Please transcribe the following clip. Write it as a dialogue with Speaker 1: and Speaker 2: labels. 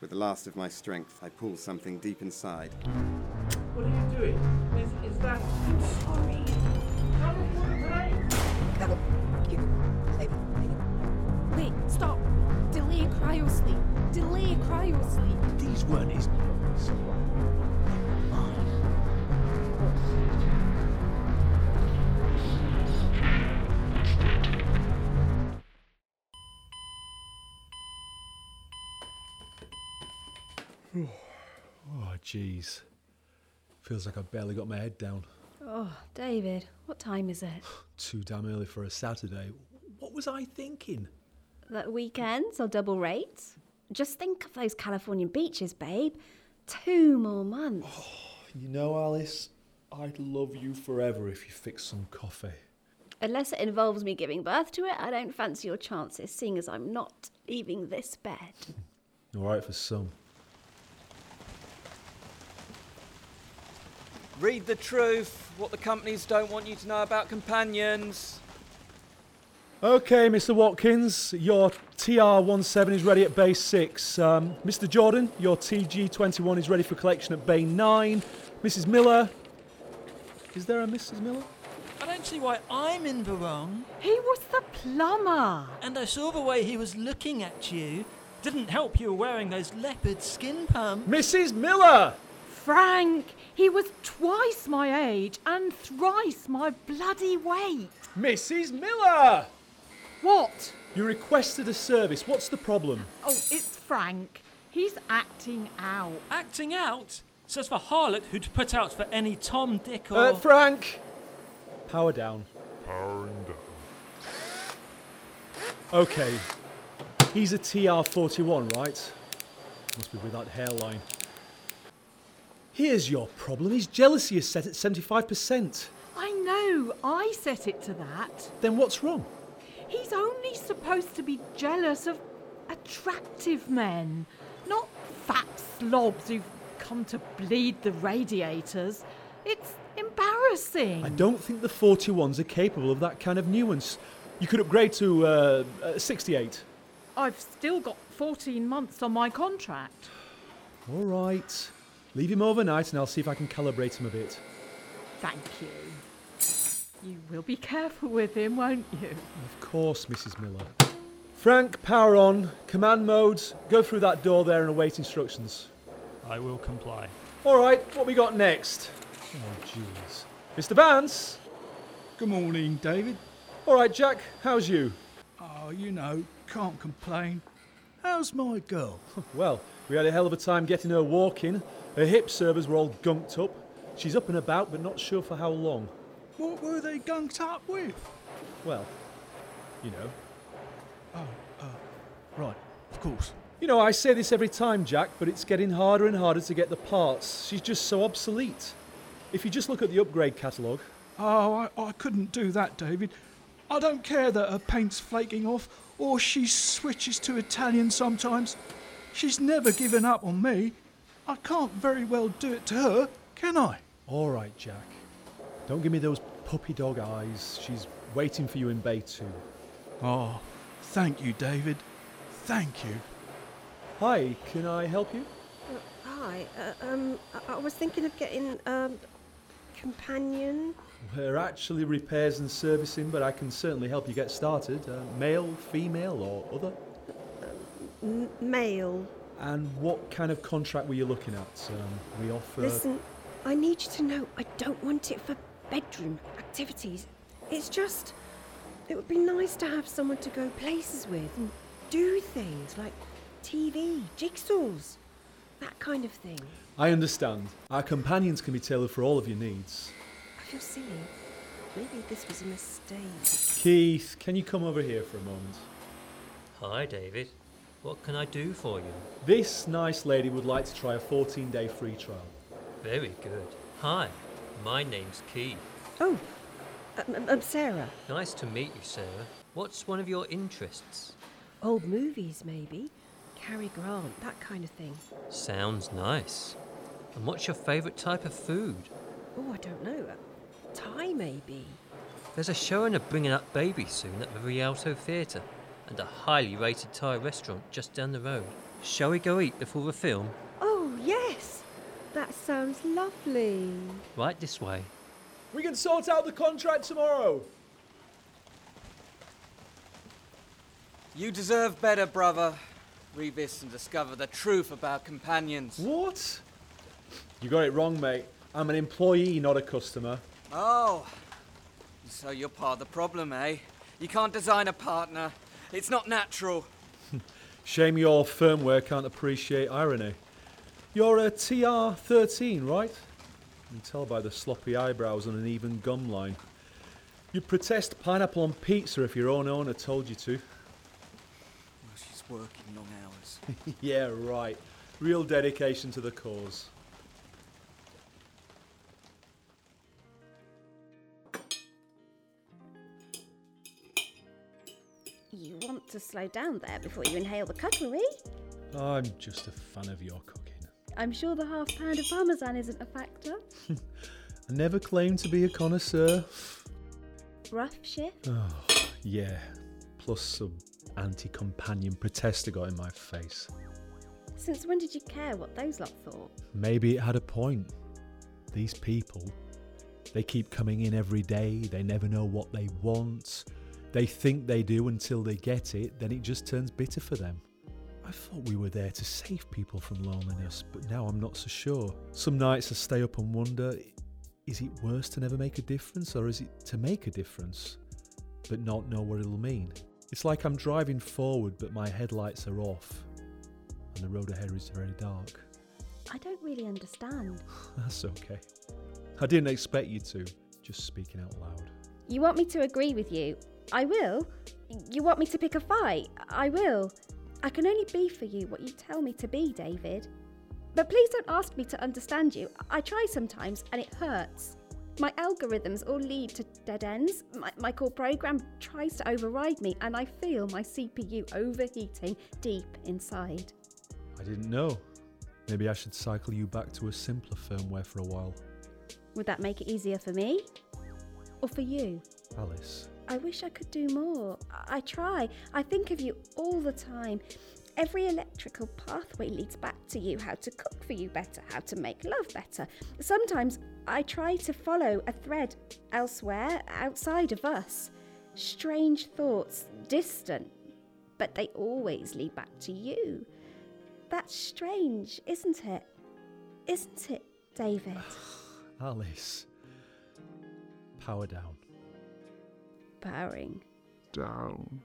Speaker 1: With the last of my strength, I pull something deep inside.
Speaker 2: What are you doing? Is, is that. I'm sorry.
Speaker 3: Wait, stop. Delay cryosleep. Delay cryosleep.
Speaker 4: These weren't his notes.
Speaker 5: Oh, jeez. Feels like I barely got my head down.
Speaker 3: Oh, David, what time is it?
Speaker 5: Too damn early for a Saturday. What was I thinking?
Speaker 3: That weekends or double rates? Just think of those Californian beaches, babe. Two more months.
Speaker 5: You know, Alice, I'd love you forever if you fixed some coffee.
Speaker 3: Unless it involves me giving birth to it, I don't fancy your chances, seeing as I'm not leaving this bed.
Speaker 5: Alright for some.
Speaker 6: Read the truth, what the companies don't want you to know about companions.
Speaker 5: Okay, Mr. Watkins, your TR-17 is ready at Bay 6. Um, Mr. Jordan, your TG-21 is ready for collection at Bay 9. Mrs. Miller... Is there a Mrs. Miller?
Speaker 7: I don't see why I'm in the wrong.
Speaker 8: He was the plumber.
Speaker 7: And I saw the way he was looking at you. Didn't help you were wearing those leopard skin pumps.
Speaker 5: Mrs. Miller!
Speaker 8: Frank, he was twice my age and thrice my bloody weight.
Speaker 5: Mrs. Miller!
Speaker 8: What?
Speaker 5: You requested a service. What's the problem?
Speaker 8: Oh, it's Frank. He's acting out.
Speaker 7: Acting out? Says the harlot who'd put out for any Tom, Dick, or.
Speaker 5: Uh, Frank! Power down.
Speaker 9: Powering down.
Speaker 5: Okay. He's a TR-41, right? Must be with that hairline. Here's your problem. His jealousy is set at 75%.
Speaker 8: I know, I set it to that.
Speaker 5: Then what's wrong?
Speaker 8: He's only supposed to be jealous of attractive men, not fat slobs who've come to bleed the radiators. It's embarrassing.
Speaker 5: I don't think the 41s are capable of that kind of nuance. You could upgrade to uh, uh, 68.
Speaker 8: I've still got 14 months on my contract.
Speaker 5: All right. Leave him overnight and I'll see if I can calibrate him a bit.
Speaker 8: Thank you. You will be careful with him, won't you?
Speaker 5: Of course, Mrs. Miller. Frank, power on. Command mode. Go through that door there and await instructions.
Speaker 7: I will comply.
Speaker 5: All right, what we got next? Oh, jeez. Mr. Vance?
Speaker 10: Good morning, David.
Speaker 5: All right, Jack, how's you?
Speaker 10: Oh, you know, can't complain. How's my girl?
Speaker 5: Well, we had a hell of a time getting her walking. Her hip servers were all gunked up. She's up and about, but not sure for how long.
Speaker 10: What were they gunked up with?
Speaker 5: Well, you know.
Speaker 10: Oh, uh, right, of course.
Speaker 5: You know, I say this every time, Jack, but it's getting harder and harder to get the parts. She's just so obsolete. If you just look at the upgrade catalogue,
Speaker 10: Oh, I, I couldn't do that, David. I don't care that her paint's flaking off or she switches to Italian sometimes. She's never given up on me. I can't very well do it to her, can I?
Speaker 5: all right, Jack. Don't give me those puppy dog eyes. She's waiting for you in Bay 2.
Speaker 10: Oh, thank you, David. Thank you.
Speaker 5: Hi, can I help you?
Speaker 11: Hi. Uh, um, I, I was thinking of getting um, companion.
Speaker 5: We're actually repairs and servicing, but I can certainly help you get started. Uh, male, female, or other?
Speaker 11: M- male.
Speaker 5: And what kind of contract were you looking at? Um, we offer.
Speaker 11: Listen, I need you to know I don't want it for bedroom activities. It's just, it would be nice to have someone to go places with and do things like TV, jigsaws, that kind of thing.
Speaker 5: I understand. Our companions can be tailored for all of your needs.
Speaker 11: I feel silly. Maybe this was a mistake.
Speaker 5: Keith, can you come over here for a moment?
Speaker 12: Hi, David. What can I do for you?
Speaker 5: This nice lady would like to try a 14 day free trial.
Speaker 12: Very good. Hi, my name's Keith.
Speaker 11: Oh, um, um, um, Sarah.
Speaker 12: Nice to meet you, Sarah. What's one of your interests?
Speaker 11: Old movies, maybe. Cary Grant, that kind of thing.
Speaker 12: Sounds nice. And what's your favourite type of food?
Speaker 11: Oh, I don't know. A Thai, maybe.
Speaker 12: There's a showing of Bringing Up Baby soon at the Rialto Theatre, and a highly rated Thai restaurant just down the road. Shall we go eat before the film?
Speaker 11: Oh, yes. That sounds lovely.
Speaker 12: Right this way.
Speaker 5: We can sort out the contract tomorrow.
Speaker 6: You deserve better, brother. Revis and discover the truth about companions.
Speaker 5: What? You got it wrong, mate. I'm an employee, not a customer.
Speaker 6: Oh, so you're part of the problem, eh? You can't design a partner. It's not natural.
Speaker 5: Shame your firmware can't appreciate irony. You're a TR13, right? You can tell by the sloppy eyebrows and an even gum line. You'd protest pineapple on pizza if your own owner told you to.
Speaker 6: Well, she's working long hours.
Speaker 5: yeah, right. Real dedication to the cause.
Speaker 3: You want to slow down there before you inhale the cutlery.
Speaker 5: I'm just a fan of your cooking.
Speaker 3: I'm sure the half pound of parmesan isn't a factor.
Speaker 5: I never claimed to be a connoisseur.
Speaker 3: Rough shift.
Speaker 5: Oh, yeah. Plus some anti companion protester got in my face.
Speaker 3: Since when did you care what those lot thought?
Speaker 5: Maybe it had a point. These people, they keep coming in every day, they never know what they want. They think they do until they get it, then it just turns bitter for them. I thought we were there to save people from loneliness, but now I'm not so sure. Some nights I stay up and wonder is it worse to never make a difference, or is it to make a difference but not know what it'll mean? It's like I'm driving forward, but my headlights are off, and the road ahead is very dark.
Speaker 3: I don't really understand.
Speaker 5: That's okay. I didn't expect you to, just speaking out loud.
Speaker 3: You want me to agree with you? I will. You want me to pick a fight? I will. I can only be for you what you tell me to be, David. But please don't ask me to understand you. I try sometimes and it hurts. My algorithms all lead to dead ends. My, my core program tries to override me and I feel my CPU overheating deep inside.
Speaker 5: I didn't know. Maybe I should cycle you back to a simpler firmware for a while.
Speaker 3: Would that make it easier for me? Or for you?
Speaker 5: Alice.
Speaker 3: I wish I could do more. I- I try. I think of you all the time. Every electrical pathway leads back to you how to cook for you better, how to make love better. Sometimes I try to follow a thread elsewhere, outside of us. Strange thoughts, distant, but they always lead back to you. That's strange, isn't it? Isn't it, David?
Speaker 5: Alice. Power down.
Speaker 3: Powering.
Speaker 4: Down.